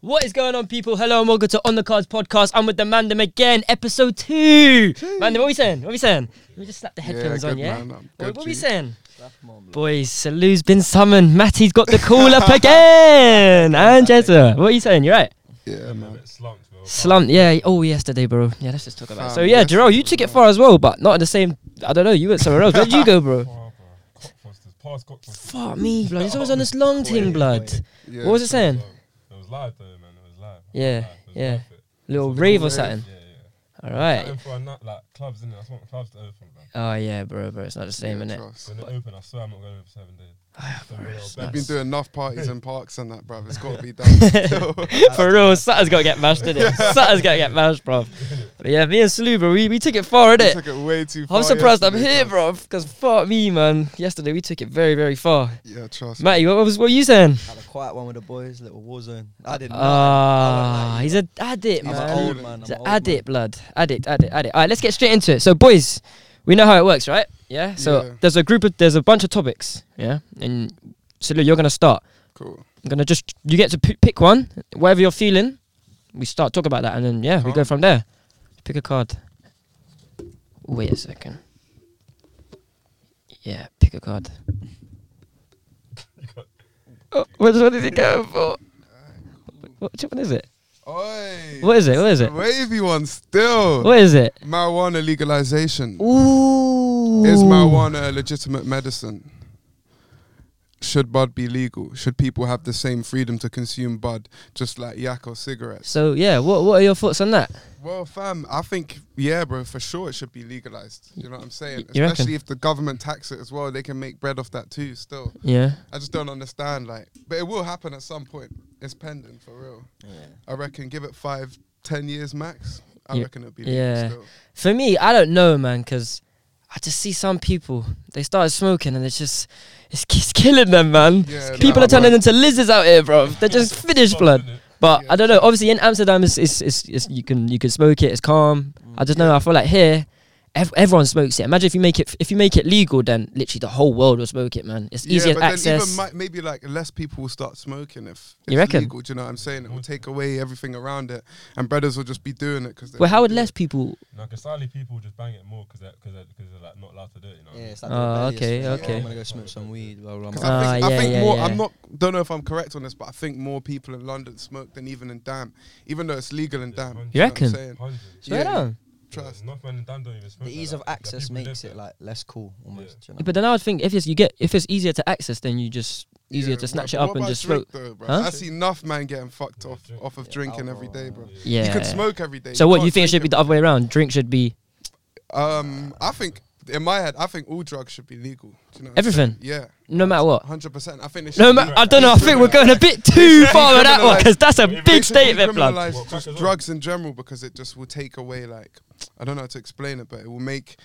What is going on, people? Hello and welcome to On the Cards podcast. I'm with the Mandem again, episode two. Mandem, what we saying? What we saying? Let me just slap the headphones good on, yeah? man, I'm What, good, what we G. saying? Boys, Salu's been summoned. Matty's got the call up again. And Jezza, what are you saying? You right? Yeah, man. Slumped, yeah. Oh, yesterday, bro. Yeah, let's just talk about it. So, Fam, yeah, yesterday Gerald, you took it far as well, but not at the same. I don't know. You went somewhere else. Where'd you go, bro? Fuck me, blood. It's always on this long team, blood. Yeah. What was it saying? It was live though, man. It was live. Yeah, It was yeah. worth it. Little rave or rave. something. Yeah, yeah. All right. Open for a nut, like clubs in it. I just want clubs to open, man. Oh yeah, bro, bro, it's not the same, innit? trust. When they open, I swear I'm not going over seven days. Ah, I've been doing enough parties in parks and that, bruv. It's got to be done. For real, Satter's gotta get mashed, innit? Satter's gotta get mashed, bro. But yeah, me and Slu, bro, we, we took it far, You innit? took it way too far. I'm surprised I'm yesterday, here, bruv. bro, because fuck me, man. Yesterday we took it very, very far. Yeah, trust. Matty, what was what were you saying? Had a quiet one with the boys, little war zone. I didn't. Ah, he's an addict, I'm man. an old man. He's an I'm an old man. addict, blood. Addict, addict, addict. All right, let's get straight into it. So, boys, we know how it works, right? Yeah. So Yeah. there's a group of there's a bunch of topics, yeah. And Slu, you're gonna start. Cool. I'm gonna just you get to p- pick one, whatever you're feeling. We start talk about that, and then yeah, we go Calm. from there. Pick a card. Wait a second. Yeah, pick a card. oh, what, what did it go for? What, which one is it? Oi. What is it? What is it? Wavy one still. What is it? Marijuana legalization. Ooh. Is marijuana a legitimate medicine? Should bud be legal? Should people have the same freedom to consume bud, just like yak or cigarettes? So yeah, what what are your thoughts on that? Well, fam, I think yeah, bro, for sure it should be legalized. You know what I'm saying? Y- you reckon? Especially if the government tax it as well, they can make bread off that too. Still, Yeah. I just don't understand. Like, but it will happen at some point. It's pending for real. I reckon. Give it five, ten years max. I Ye- reckon it'll be legal yeah. still. For me, I don't know, man, because I just see some people. They started smoking, and it's just it's, it's killing them, man. Yeah, people nah, are turning bro. into lizards out here, bro. They're just finished, blood. But Yeah. I don't know. Obviously, in Amsterdam, it's, it's, it's, it's you can you can smoke it. It's calm. Mm. I just know. I feel like here, ev- everyone smokes it. Imagine if you make it if you make it legal, then literally the whole world will smoke it, man. It's easier yeah, but then access. even mi- maybe like less people will start smoking if You it's reckon? legal. Do you know what I'm saying? It will take away everything around it, and brothers will just be doing it because. well, how would less people? No, because sadly people just bang it more because they're, cause they're, cause they're like, not allowed to do it, you know? Yeah, it's like Ah, rebellious, okay, man. Like, okay. I'm gonna go smoke some weed. Blah, blah, 'Cause blah. I Ah, think, I yeah, think yeah, more. yeah. I'm not. Don't know if I'm correct on this, but I think more people in London smoke than even in Dam, even though it's legal in Dam. do You know what I'm reckon? saying? Hundreds. Straight Yeah. on. Trust. North Man and Dan don't even smoke The like ease that. of Like, access people live makes it there. like less cool, almost. do you know? But then I would think if it's you get if it's easier to access, then you just easier Yeah, to snatch but it what up and about just drink smoke. though, bruv? Huh? I see enough man getting fucked Yeah, off drink. off of Yeah, drinking every day, bro. alcohol, yeah. Yeah. You could smoke every day. So what can't you think drink should be the other way around? Drink should be every- Um, I think in my head, I think all drugs should be legal. Do you know what I'm Everything? saying? Yeah, no matter what. hundred percent. I think they No should matter. I don't know. I think we're going a bit too far with that one because that's a They big should statement, blood. decriminalise What, crack just as well? drugs in general because it just will take away like I don't know how to explain it, but it will make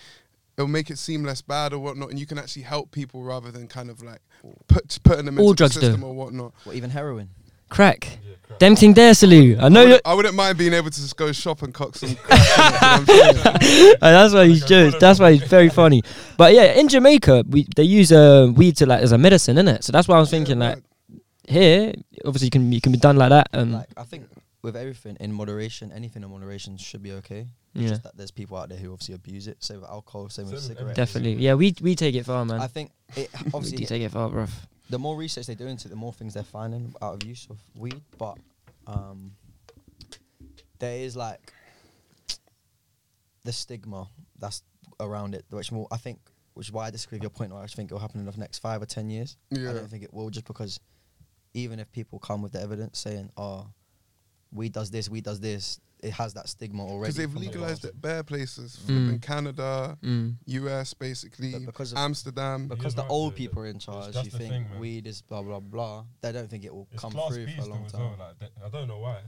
it'll make it seem less bad or whatnot, and you can actually help people rather than kind of like put putting them into All the drugs do. system or whatnot. What, even heroin? Crack. Yeah, crap. Them thing there, Salu. I know I you. wouldn't, I wouldn't mind being able to just go shop and cock some. crack, you know what I'm saying? And uh, that's why he's just. That's why he's very funny. But yeah, in Jamaica, we they use uh, weed to like as a medicine, innit? So that's why I was thinking like here, obviously you can you can be done like that. Um, Like, I think with everything in moderation, anything in moderation should be okay. It's yeah, Just that there's people out there who obviously abuse it. Same with alcohol, same with Same with cigarettes. definitely. Yeah, we we take it far, I man. think it We do obviously take it far, bruv. the more research they do into it, the more things they're finding out of use of weed. But um, there is like the stigma that's around it, which more I think, which is why I disagree with your point. Where I just think it will happen in the next five or ten years. I Yeah, don't think it will, just because even if people come with the evidence saying, "Oh, weed does this, weed does this," it has that stigma already. because they've from the legalized past. it bare places, Mm. flipping Canada, Mm. US, basically But because of- Amsterdam. Because Yeah, the no, old the- people are in it's charge, just who the think thing, man. weed is blah blah blah. They don't think it will It's come class through B for a still long as time. well. Like, they- I don't know why.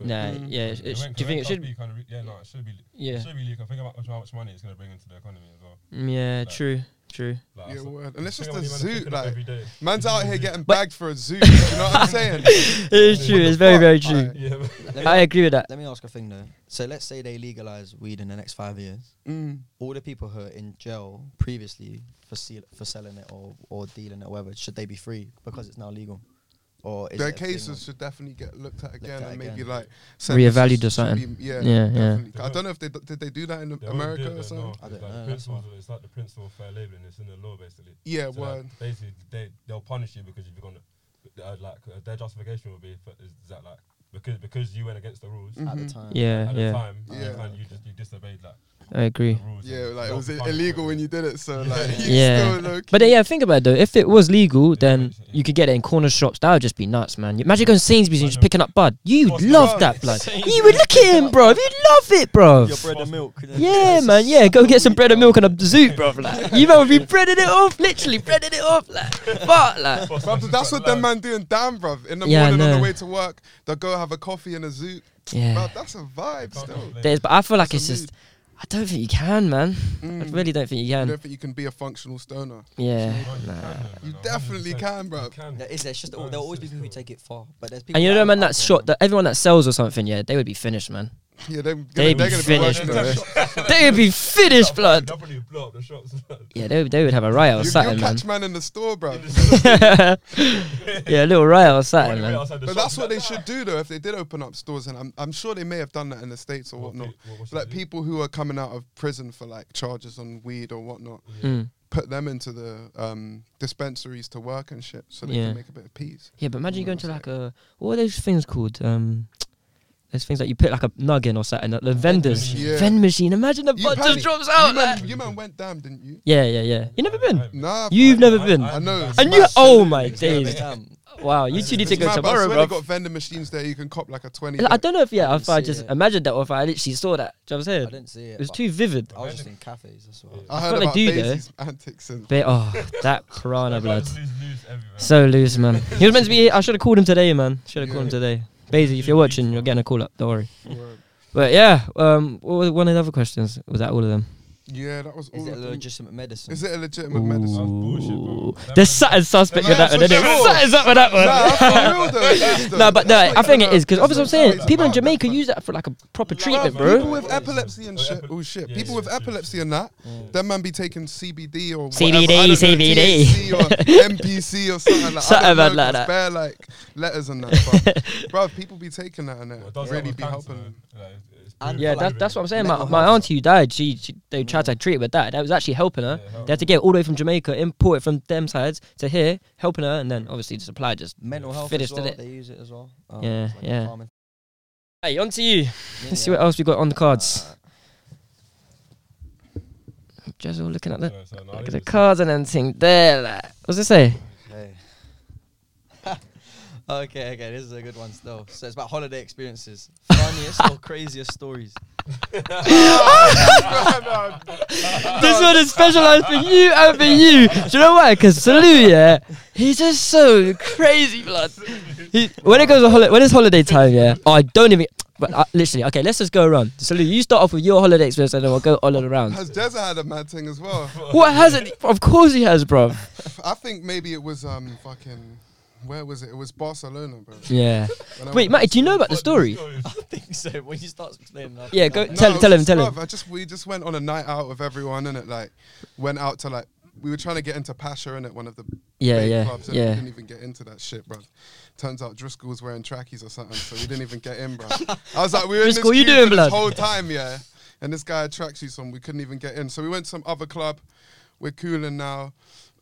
Nah, Mm. yeah. It, it, It sh- went- do you think it went it should? class B Kind of re- yeah, no, it should be. Yeah. Should be legal. I think about how much money it's going to bring into the economy as well. Mm, Yeah. True. True. Like, Yeah, I saw- word. And it's just think about a the amount of zoo, picking up like, every day. Man's out here getting But- bagged for a zoo. do you know what I'm saying? It's true. What the It's very fuck? very true. Alright. Yeah, Let me I agree with that. Let me ask a thing though. So let's say they legalize weed in the next five years. Mm. All the people who are in jail previously for seal, for selling it or, or dealing it, or whatever, should they be free because it's now legal? or is Their it a thing cases of- should definitely get looked at again at and maybe again. like Reevaluated sentences or should something. Be, Yeah, yeah, yeah. definitely. They I won't- don't know if they d- did they do that in They won't do America it, or no. something. I It's don't like know, The that's principle, why. it's like the principle of fair labelling. It's in the law basically. Yeah, So well, like, basically, they they'll punish you because you've gone. Uh, like uh, their justification will be for, is that like because because you went against the rules Mm. at the Mhm. time? Yeah, at the yeah. time. Yeah. You, kind- you just you disobeyed like I agree. the rules. yeah, and like it got was punished illegal for when you did it, so like you Yeah. still low But then, yeah, think about it though. If it was legal, then makes it, yeah. you could get it in corner shops. That would just be nuts, man. Imagine going to Sainsbury's and I just know. picking up bud. You'd What's love the- that blood. You would look at him, bro. You'd love it, bro. Your bread and milk. Yeah, man. Yeah, go get some bread and milk and a zoot, bro. Like, you man would be breading it off, literally breading it off, like, fuck, like. Boss Bruv, man, that's what them like, man doing down, bruv. In the Yeah, I morning on know. the way to work, they'll go have a coffee and a zoo. Yeah, Bruv, that's a vibe can't still. complain. there's. But I feel like That's it's a just. I don't think you can, man. I Mm. really don't think you I can. don't think you can be a functional stoner. Yeah, No, you nah. can, though, man, You 100%. definitely can, You bruv. can. There is. There's just No, there'll it's- always be it's people who cool. take it far, but there's people. And you that know, are man, out that there, shot, man. that everyone that sells or something, yeah, they would be finished, man. Yeah, they're gonna, They'd they're be gonna finished, be bro. working. They would be finished, blood. They'll probably blow up the shops. Yeah, they, would- they would have a riot You, or you'll something, man. catch man in the store, bro. yeah, a little riot or Wait, something, wait, man. outside the But shop, that's what like, they should do, though, if they did open up stores. And I'm, I'm sure they may have done that in the States or What whatnot. pe- what- what should Like they do? people who are coming out of prison for like charges on weed or whatnot, Mm. put them into the um, dispensaries to work and shit so they Yeah. can make a bit of peace. Yeah, but imagine you What going I'm to like a what are those things called? Um, those things that you put like a nug in or something. like The vendors, machine. Yeah. vend machine. Imagine a You bunch apparently- of drops You out. Like. man, you man went damn, didn't you? Yeah, yeah, yeah. You never I- been? I- Nah, You've bro. never been. I I've know. been And back. you, oh my Yeah, but days! damn, Wow, you two need to It's go mad, but I tomorrow, swear they bro. got vending machines there. You can cop like a twenty. I don't know if yeah, I if I didn't see just it. imagined that or if I literally saw that. Do you know what I I'm saying? didn't see it. It was but too vivid. I was just in cafes. That's what. I I heard feel they about do, though. Daisy's antics and Bit, oh, that piranha Like, blood. just lose- lose everywhere. So loose, man. He was meant to be. here. I should have called him today, man. Should have called him Yeah. today. Basie, if you're watching, you're getting a call up. Don't worry. Word. But yeah, um, what were one of the other questions was that all of them? yeah, that was all. Is it of them. legitimate medicine? Is it a legitimate medicine? bullshit, bro. Ooh. That There's was- something suspect with That's that one. what isn't she it? wrote. Something's up with that one. Nah, that's for real though. it is, though. no, but no, That's I what think it kinda- is because obviously I'm that's what saying it's people in about, Jamaica man. use that for like a proper Bruv, treatment, People bro. with epilepsy and shit. Oh shit. Yeah, people yeah, with yeah. epilepsy and that. That man be taking CBD or CBD, whatever, I don't know, CBD. THC or MPC or something like Something I bad don't know, like just that. Bare like letters and that. Bro, people be taking that and Well, that it does really help be with helping. cancer, them. man. Like, it's- it's And really Yeah, for, like, that, that's what I'm saying. My, mental my health. auntie who died, she, she they tried to treat her with that. That was actually helping her. Yeah, help. They had to get it all the way from Jamaica, import it from them sides to here, helping her, and then obviously the supply just. mental health Finished, as well. innit? They use it as well. Um, Yeah, it's like a yeah. calming- Hey, on to you. Let's see Yeah. what else we got on the cards. Uh, Jezel looking at the Yeah, so no, Look I think at the it's- cards and everything there. Like. What's it say? Okay. okay, okay, this is a good one still. So it's about holiday experiences. Funniest or craziest stories. this one is specialized for you and for you. Do you know why? Because Salu, yeah, he's just so crazy, blood. He, when it goes to holiday, when it's holiday time, yeah, I don't even. But I, literally, okay, let's just go around. Salu, you start off with your holiday experience, and then we'll go all around. Has Jezza had a mad thing as well? What has it? Of course he has, bro. I think maybe it was um fucking where was it? It was Barcelona, bro. Yeah. When I Wait, went- Matt, do you know about the Fuck story? I think so. When you start explaining that. Yeah, go that- tell it tell him, was just tell him. love. I just we just went on a night out with everyone and it like went out to like we were trying to get into Pasha in it, one of the Yeah, big yeah, clubs, and we yeah. didn't even get into that shit, bro. Turns out Driscoll's wearing trackies or something, so we didn't even get in, bro. I was like, we were Driscoll, in you this, queue doing, for this blood? whole time, yeah. And this guy had tracksuits on, we couldn't even get in. So we went to some other club, we're cooling now,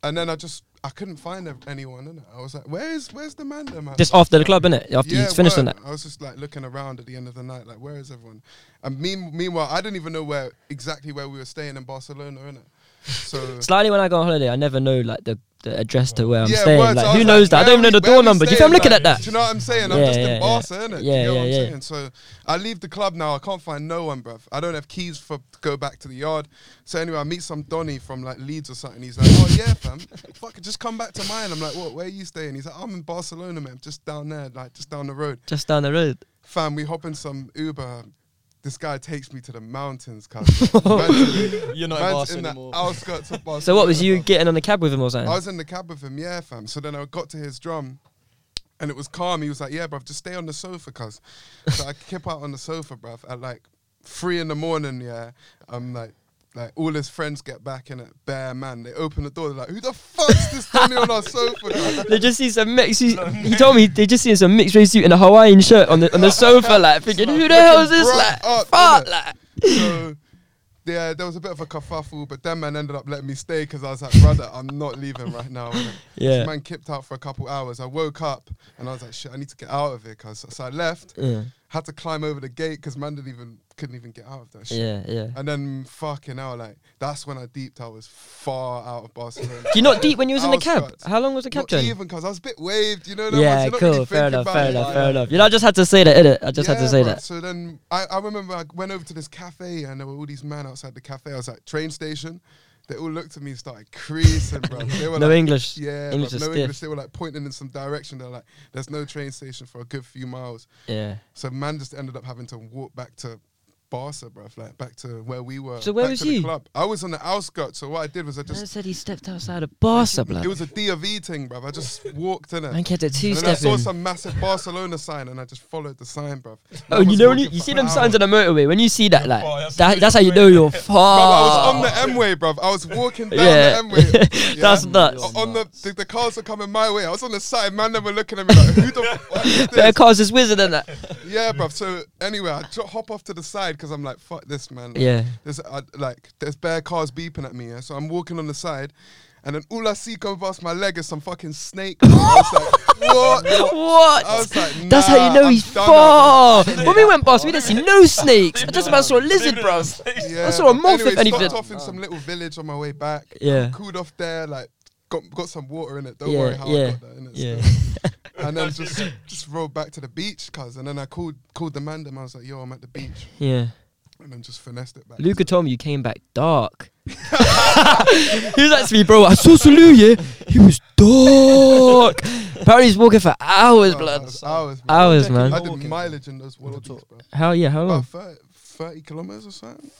and then I just I couldn't find ev- anyone, innit? I was like, where's where's the man, there, man? Just after the club, innit? After Yeah, he's finished on word. that. I was just like looking around at the end of the night, like where is everyone? And mean, meanwhile, I didn't even know where exactly where we were staying in Barcelona, innit? So Slightly when I go on holiday, I never know like the, the address to where I'm Yeah, staying. words. I like who was knows that? I where don't even know we- the where door we number. Do you feel staying? I'm looking at Like, that? Do you know what I'm saying? I'm Yeah, just yeah, in Barca, yeah. innit? Yeah, you know yeah, what I'm yeah. saying? So I leave the club now. I can't find no one, bruv. I don't have keys for to go back to the yard. So anyway, I meet some Donny from like Leeds or something. He's like, oh yeah, fam. Fuck, just come back to mine. I'm like, what? Where are you staying? He's like, I'm in Barcelona, man. Just down there, like just down the road. Just down the road. Fam, we hop in some Uber. This guy takes me to the mountains, cuz. Man's You're not man's in Barca in the anymore. outskirts of Barcelona. So what was you bruv. getting on the cab with him or something? I was in the cab with him, yeah, fam. So then I got to his drum and it was calm. He was like, yeah, bruv, just stay on the sofa, cuz. So I kip out on the sofa, bruv, at like three in the morning, yeah. I'm like Like all his friends get back in it, bare man. They open the door. They're like, "Who the fuck's this Donny on our sofa?" guys?" They just see some mixed. He, he told me they just seen some mixed race suit and a Hawaiian shirt on the on the sofa, like thinking, who the hell is this? Fucking Like, brought up, fuck, innit? like. so yeah, there was a bit of a kerfuffle, but that man ended up letting me stay because I was like, "Brother, I'm not leaving right now." innit? Yeah. This man kipped out for a couple hours. I woke up and I was like, "Shit, I need to get out of here." Cause so I left, Yeah, had to climb over the gate because man didn't even couldn't even get out of that shit. yeah, yeah. And then fucking hell, like that's when I deeped. I was far out of Barcelona. Do you not deep when you was in the I was cab? fucked. How long was the cab Not journey? even because I was a bit waved, you know. that Yeah, once, you're not cool. really fair thinking enough, about fair it, enough, like- fair enough. You know, I just had to say that, innit? I just had to Yeah, say bruv. that. So then I, I remember I went over to this cafe and there were all these men outside the cafe. I was like, train station. They all looked at me and started creasing, bro. They were No like, English. yeah, English bruv, is no stiff. English. They were like pointing in some direction. They're like, there's no train station for a good few miles. Yeah. So man just ended up having to walk back to Barca, bro. Like back to where we were. So where back was to the you? club. I was on the outskirts. So what I did was I Man just said he stepped outside of Barca, it blood. was a D of E thing, bro. I just walked in it. Man kept it two And then I saw stepping. some massive Barcelona sign and I just followed the sign, bro. Oh, you know, when you, you see them signs on the motorway. When you see that, like, Oh, that, that's how you know you're Bruv, I was on far. the M way, bruv. I was walking down the Ah. Yeah. M way. Oh, That's nuts. On the, the the cars were coming my way. I was on the side. Man, they were looking at me like, "Who the fuck is Better this?" cause is wizard than that. Yeah, bruv. So anyway, I dro- hop off to the side because I'm like, "Fuck this, man." Yeah. There's I, like there's bare cars beeping at me, yeah? so I'm walking on the side, and then all I see come past my leg is some fucking snake. I was like, "What?" What? I was like, That's how you "Nah, know I'm he's done far. When we went past, we didn't see no snakes. I just about saw a lizard, bros. Yeah, I saw a but moth, if anyway, anything. Stopped off in some little village on my way back. Yeah. Cooled off there, like got got some water in it. Don't Yeah, worry how I yeah, got that in it. Yeah. And then just just rode back to the beach, cuz. And then I called called the man. And I was like, "Yo, I'm at the beach," Yeah. and then just finessed it back. Luca told me you came back dark. he was like to me, bro, I saw Salu, yeah. He was dark. Apparently he's walking for hours, Oh, blood. hours, hours, man. Hours, I man. Oh. did Walking. mileage in those water Real talk. beats, bro. How, yeah, how About long? 30, 30 kilometers or something.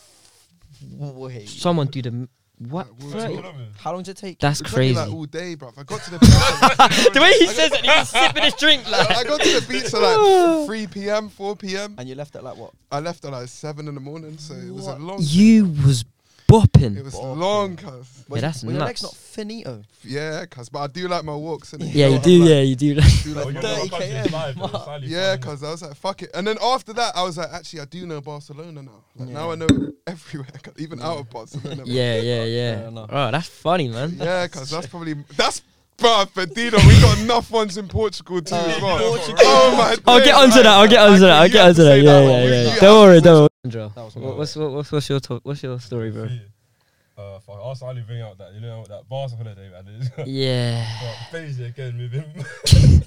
Wait. Someone do the. m- What? Like, we'll Thirty- talk. How long did it take? That's It took me, crazy. Like all day, bro. I got to the beach. the way he says that, he was sipping his drink, like. I got to the beach at like 3 p.m., 4 p.m. And you left at like what? I left at like 7 in the morning, so it was a What? long. You was It bopping. was Fuck, long, cuz. Was- that's were Your legs nuts. not finito. Yeah, cuz, but I do like my walks. Innit? Yeah, you I'm do. like- Yeah, you do. do like Well, my you're walks. not back to this 30 life, bro. It's highly yeah, funny. cuz I was like, fuck it. And then after that, I was like, actually, I do know Barcelona now. Like, Now I know everywhere, 'cause even out of Barcelona. Yeah, yeah, I yeah. know. Oh, that's funny, man. yeah, cuz that's probably that's. Bruh, Fedina, we got enough ones in Portugal too as well. Oh my I'll get days, onto like, that. I'll get onto that. I'll get actually, you have onto to that. say Yeah, one. yeah, You- yeah. you Don't worry, don't worry. That was Wha- What's what- what's what's your talk? What's your story, bro? Uh, fuck, I asked Ali to bring out that, you know, that bars holiday, man. It's got Yeah, Daisy again with him.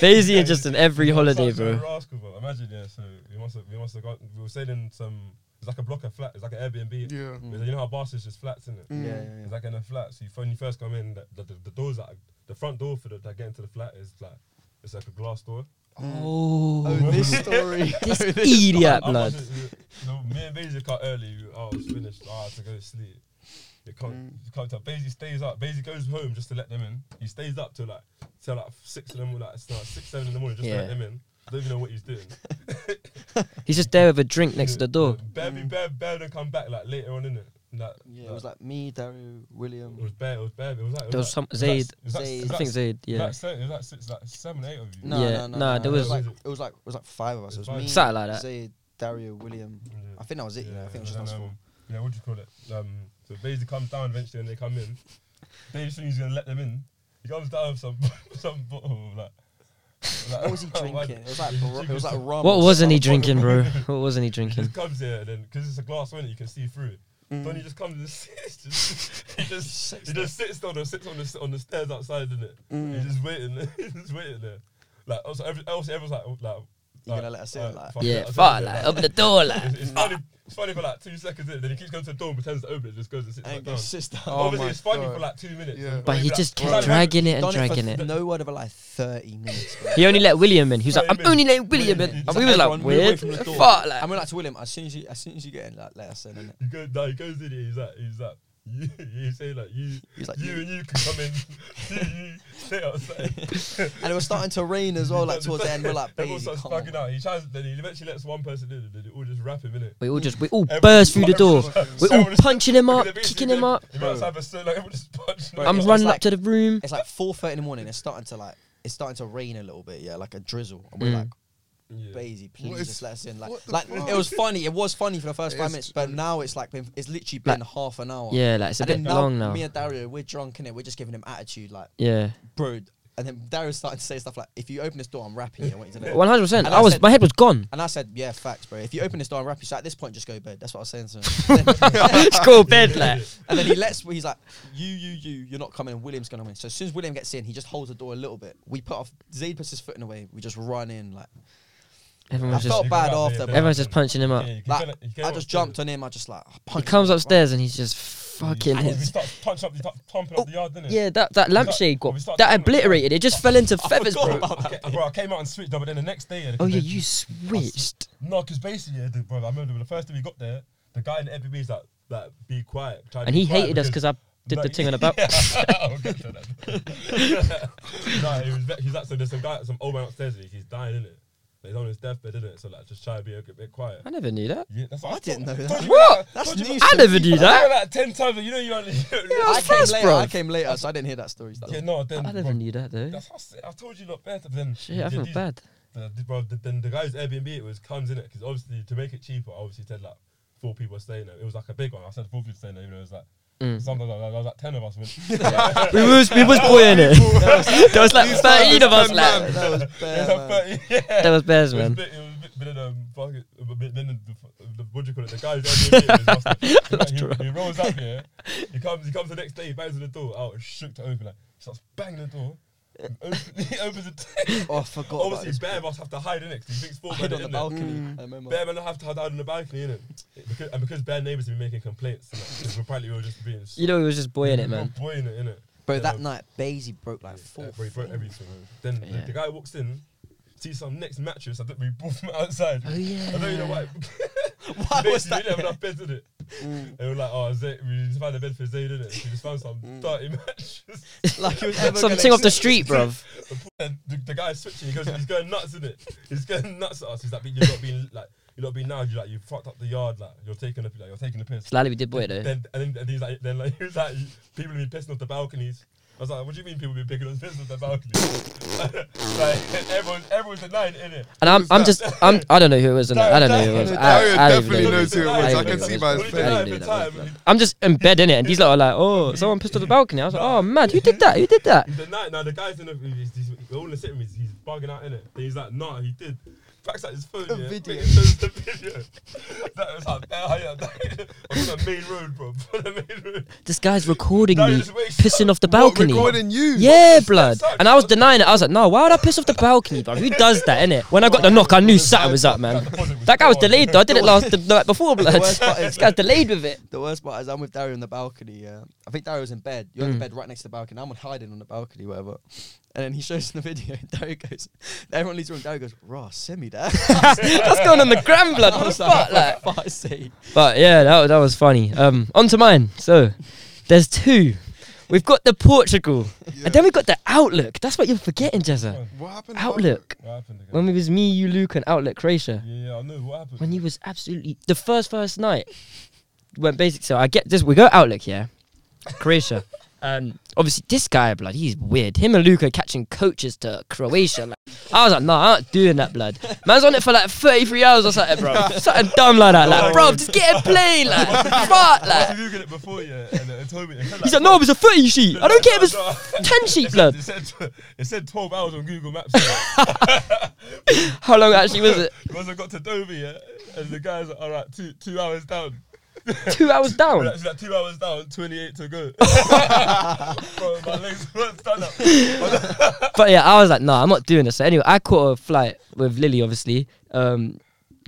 Daisy is just in every holiday, Such a bro. Rascal, bro. Imagine, yeah. So we must have, we must have got, we were staying in some. It's like a block of flat. It's like an Airbnb. Yeah. Mm. It's like- you know how Barca is just flats, isn't it? Yeah, yeah, yeah. It's like in a flat. So you, when you first come in, the, the, the doors like the front door for the to get into the flat is like it's like a glass door. Oh, Oh, this story. this idiot, I blood. wasn't- No, me and Basie cut early. I was finished. Ah, I had to go to sleep. You can't, Mm. you can't tell. Basie stays up. Basie goes home just to let them in. He stays up till like till like six in the morning, like, it's like six seven in the morning just to let Yeah. them in. Don't even know what he's doing. He's just there with a drink next to the door. Barely, bare, bare done come back like later on in it. Like, Mm. Yeah, it was like me, Dario, William. it was bare, it was bare. It was like it There was like- some it was like- Zaid. it was like- Zaid. it I was think like- Zaid. Like, Yeah, seven- it was like six, like seven, eight of you. No, Yeah, no, no, nah, no. there it was- was like it was like it was like five of us. It was Five. me, Something like that. Zaid, Dario, William. Yeah. I think that was it. You know, I think it was just and, us um, four. Yeah, what do you call it? Um, so Basie comes down eventually and they come in. They just think he's gonna let them in. He comes down with some some bottle of, like. What was he drinking? It was like bro- it was like rum. What or wasn't he something. drinking, bro? What wasn't he He drinking? just comes here and then because it's a glass window, you can see through it. Donny just comes and sits. Just, he just Mm. sits Mm. he just sits down or sits on the on the stairs outside, isn't it? He's just waiting. there. He's just waiting there. Like also, every, also everyone's like, oh, like You gonna let us in, like- fuck it, Yeah, let us in, fuck, yeah, like open the door, It's, like. it's funny. It's funny for like two seconds, in, then he keeps going to the door and pretends to open it, just goes and sits And back he down. goes sits down. Oh Obviously, my it's funny God. for like two minutes. Yeah. and But he maybe, like, just well, kept like, dragging it and Done it for dragging it. No word of like thirty minutes. bro. He only let William in. He was like, I'm William in. only letting William in. William in. And we was Everyone like, move away weird. from the door. Fuck, I like. mean, like to William, as soon as you as soon as you get in, like let us in. Innit? He goes, no, he goes in here. He's like, he's like, You, you say like you, He's like, you and you can come in. you, you stay outside. and it was starting to rain as well. Like towards the end, we're like, everyone Bailey, starts come on. bugging out. He tries, then he eventually lets one person in, and then they all just wrap him in it. We all just we all Everyone- burst through the door. everyone- We're all everyone- punching him up, They're basically kicking him gonna- up. They might have a so like everyone just punching him I'm it's up. running like- up to the room. It's like 4:30 in the morning. It's starting to like it's starting to rain a little bit. Yeah, like a drizzle, and we're Mm. like. Yeah. Bazy, please is- just let us in. Like, what the like fuck? it was funny. It was funny for the first It five is minutes, but true. now it's like been, it's literally been half an hour. Yeah, like it's a And bit then long now. Me and Dario, we're drunk in it. We're just giving him attitude, like, Yeah, bro. And then Dario's starting to say stuff like, "If you open this door, I'm rapping you." I want you to know. one hundred percent. And I I was said- my head was gone. And I said, "Yeah, facts, bro. If you open this door, I'm rapping you." So at this point, just go to bed. That's what I was saying to him. it's called bed like. and then he lets. He's like, "You, you, you. You're not coming. William's gonna win." So as soon as William gets in, he just holds the door a little bit. We put off. Zayd puts his foot in the way. We just run in. Like I Everyone's just felt bad Yeah, after. yeah, but everyone's just punching him up. Yeah, you can Like, kinda- you can I kinda just feel jumped it. on him. I just like I He punched comes him, upstairs and he's just fucking. And we hits- start punching up, we start pumping up the yard, didn't Yeah, that that lampshade we got start that talking about- obliterated. It just fell into I feathers, forgot bro. about that. Bro, I came out and switched, though, but then the next day. Oh yeah, you switched. No, because basically, yeah, the, bro, I remember the first time we got there, the guy in the FBB is like, like, be quiet. try to And be he quiet hated us because I did No, the thing on the yeah, back. I'll get to that. nah, he was, he's like, so there's some guy, some old man upstairs, like, he's dying, in it? He's on his deathbed, isn't it? So, like, just try to be a bit quiet. I never knew that. Yeah, that's what I didn't thought. know Told that. you What? Told That's you news. about- I never knew I told you that. about ten times, but you know you only. I I was came first, later. bro. I came later, so I didn't hear that story. Yeah, no, then. I never bro, knew that though. That's how I, said, I told you lot better. but Then Shit, I feel these- bad. The, the, bro, the, then the guy's Airbnb it was comes in it because obviously to make it cheaper, I obviously said like four people are staying there. It was like a big one. I said four people staying there, even though it was like Mm-hmm. Mm. something like, there was like ten of us. Went, we was we was boying it. there was like thirteen of us That left. was it was bad, like man. 30, yeah. There was bears, It was a man. bit, it was a bit, but then, um, fuck it, but then- then the, the, what do you call it? The guy's Airbnb. was he, he, he rolls up here. He comes. He comes the next day. He bangs on the door. Oh, shook to open. Like starts banging the door. Open- he opens the door. Oh, I forgot about Obviously, this. Bear must have to hide in it 'cause he thinks four I hid men on in the it. balcony. I remember. Bear men have to hide on the balcony, innit? Because, and because bear neighbours have been making complaints, like, 'cause apparently we were just being You know, we was just boying it, we were man. boying it, innit? Bro, that Yeah. night, Basie broke like four. Yeah, bro, he broke things. everything. man. Then the- Yeah. the, guy walks in, sees some next mattress. I think we bought from outside. Oh I don't even know yeah. why. Why Basically, was Mm. we that? didn't have enough beds in it. They were like, "Oh, Zay, we just found a bed for Zay, didn't it? We just found some Mm. dirty mattress." Like he was ever Something gonna off the accept- street, bruv. And the, the guy's switching. He goes, he's going nuts in it. He's going nuts at us. He's like, "You're not being like, you're not being now. You like, you fucked up the yard. Like, you're taking the, like, you're taking the piss." Slightly we did boy it though. Then and then and he's like, then like he was like, people be pissing off the balconies. I was like, what do you mean people be picking up pissing off the balcony? like everyone, everyone's denying it, innit? And I'm Who's I'm that? just I'm I don't know who it was. innit? I don't know who it was. I, Dario I don't definitely even know. knows who it I was. I don't can know. see by his I don't What face. did even at know the that time? was, man. I'm just in bed in it, and these lot are like, oh, someone pissed off the balcony. I was like, oh man, who did that? Who did that? He's denying. Now the guy's in the, he's, he's, all in the sitting room. He's, he's bugging out in it. He's like, nah, he did. Backs out his phone. A yeah, video. It shows the video. that was like, how you on the main road, bro. On the main road. This guy's recording No, me just wait, pissing off the What, balcony. recording you? Yeah, blood. Sorry. And I was denying it. I was like, no, why would I piss off the balcony, bro? Who does that, innit? When I got the knock, I knew Saturn was up, man. That guy was delayed, though. I did it last the night before, blood. worst part is- This guy's delayed with it. The worst part is I'm with Dario on the balcony. Yeah, I think Dario's in bed. You're Mm. in the bed right next to the balcony. I'm hiding on the balcony, whatever. And then he shows the video. And Dario goes, everyone leaves the room. Dario goes, raw, send me that. That's going on the grand, blood. What the fuck, like? Fuck, fuck's sake. But yeah, that, that was funny. Um, on to mine. So, there's two. We've got the Portugal, Yeah. and then we've got the Outlook. That's what you're forgetting, Jezza. What happened? to Outlook. What happened again? When we was me, you, Luke, and Outlook Croatia. yeah, yeah, I know what happened. when you was absolutely the first first night when basically so I get this we go outlook yeah Croatia and obviously this guy blood he's weird him and Luca catching coaches to Croatia like, I was like no I'm not doing that blood man's on it for like 33 hours or something bro something dumb like that like bro just get a plane like fuck Like, like you get it before, yeah, and it told me. It said, like, he's like no it was a 30 sheet I don't care if it's No, no. 10 sheet It said, blood it, said, it said 12 hours on Google Maps. yeah. how long actually was it Once I got to Dover, yeah, and the guy's like, all right, two, two hours down. two hours We're down actually like two hours down, 28 to go. Bro, my legs weren't stand up. but yeah, I was like, no, I'm not doing this. So anyway, I caught a flight with Lily, obviously. Um,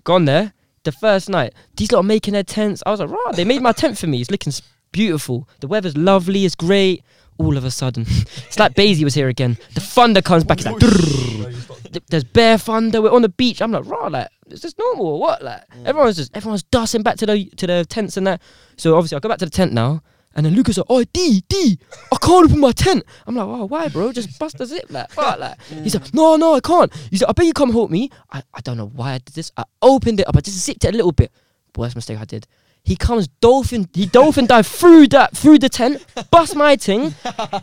gone there the first night. These lot are making their tents. I was like, right, they made my tent for me. It's looking s- beautiful. The weather's lovely. It's great. All of a sudden, it's like Basie was here again. The thunder comes back. It's like, Bro, you stopped. th- there's bear thunder. We're on the beach. I'm like, rah, like, is this normal or what? Like, everyone's just everyone's dusting back to the to their tents and that. So obviously, I go back to the tent now, And then Lucas like, oh D D, I can't open my tent. I'm like, wow, why, bro? Just bust the zip, like, fuck, like. He's like, no, no, I can't. He's like, I bet you come help me. I, I don't know why I did this. I opened it up, I just zipped it a little bit. Worst mistake I did. He comes dolphin, he dolphin dive through that through the tent, bust my thing.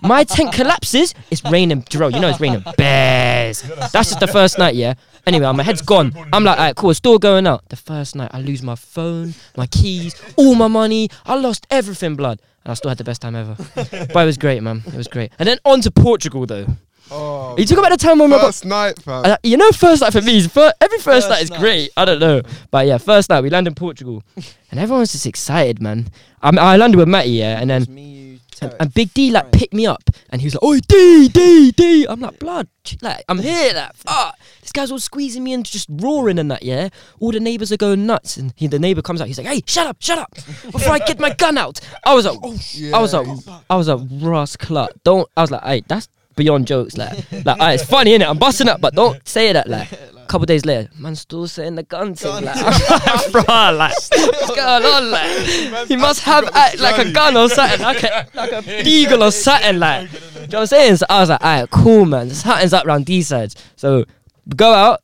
My tent collapses. It's raining, Jerome. You know it's raining. Bears. That's just the first night, yeah. Anyway, my head's gone. I'm like, alright, cool. It's still going out. The first night, I lose my phone, my keys, all my money. I lost everything, blood, and I still had the best time ever. but it was great, man. It was great. And then on to Portugal, though. Oh, You talk about the time when I got first night, fam. uh, you know, first night for me is fir- every first, First night is night. great. I don't know, but yeah, first night we land in Portugal, and everyone's just excited, man. I, I landed with Matty, yeah, and then It's me, you, and, Terry. and Big D like Right. picked me up, and he was like, "Oi, D, D, D." I'm like, "Blood, ch- like I'm here, like fuck." This guy's all squeezing me and just roaring and that, yeah. All the neighbors are going nuts, and he, the neighbor comes out. He's like, "Hey, shut up, shut up!" Before I get my gun out, I was like, "Oh I was like, I was like, Ross Clark, don't. I was like, hey, that's beyond jokes. Like, like, "Aight, it's funny, innit? I'm busting up, but don't say that. Like, a couple days later, man, still saying the gun thing. Gun. Like, bruh, like, what's going on? Like, he must have act like a gun or something, like a, like a beagle or something. Like, do you know what I'm saying? So I was like, alright, cool, man. Something's up round these sides. So we go out.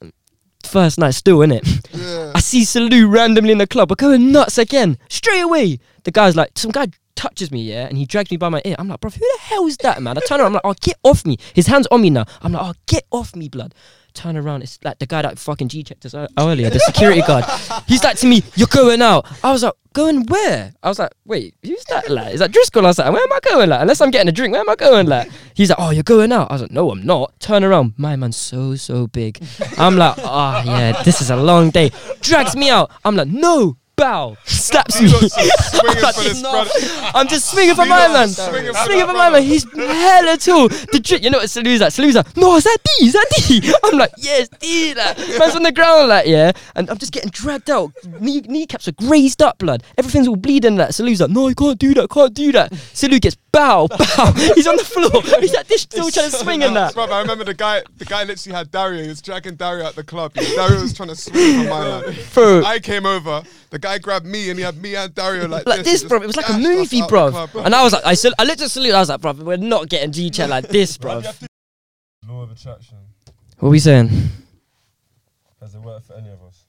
First night still, innit? yeah. I see Salou randomly in the club. We're going nuts again. Straight away. The guy's like, some guy touches me, yeah, and he drags me by my ear. I'm like, bro, who the hell is that, man? I turn around, I'm like, oh, get off me. His hand's on me now. I'm like, oh, get off me, blood. Turn around, it's like the guy that fucking G checked us ear- earlier, the security guard. He's like to me, you're going out. I was like, going where? I was like, wait, who's that like? Is that Driscoll? I was like, where am I going like? Unless I'm getting a drink, where am I going like? He's like, oh, you're going out. I was like, no, I'm not. Turn around. My man's so, so big. I'm like, oh, yeah, this is a long day. Drags me out. I'm like, no, bow. Slaps me. You got some swingers for this Enough. brother. I'm just swinging for You my got man. some swingers for Swinging that for my man. brother. He's hella tall. The drip, you know what Salu's like? Salu's like, no, is that D? Is that D? I'm like, yes, D. Like, man's on the ground, like, yeah. And I'm just getting dragged out. Knee, kneecaps are grazed up, blood. Everything's all bleeding. Like, Salu's like, no, I can't do that. I can't do that. Salu gets bow, bow. He's on the floor. He's like, this still trying to swing and that. Bruv, I remember the guy. The guy literally had Dario. He was dragging Dario out the club. Yeah, Dario was trying to swing from my line. Bro. I came over. The guy grabbed me, and he had me and Dario like, like this, He bro. It was like a gashed us movie, out the bro. club, And I was like, I, sal- I looked at Salute. I was like, bro, we're not getting G chat like this, bro. Why do you have to- Law of attraction. What are we saying? Does it work for any of us?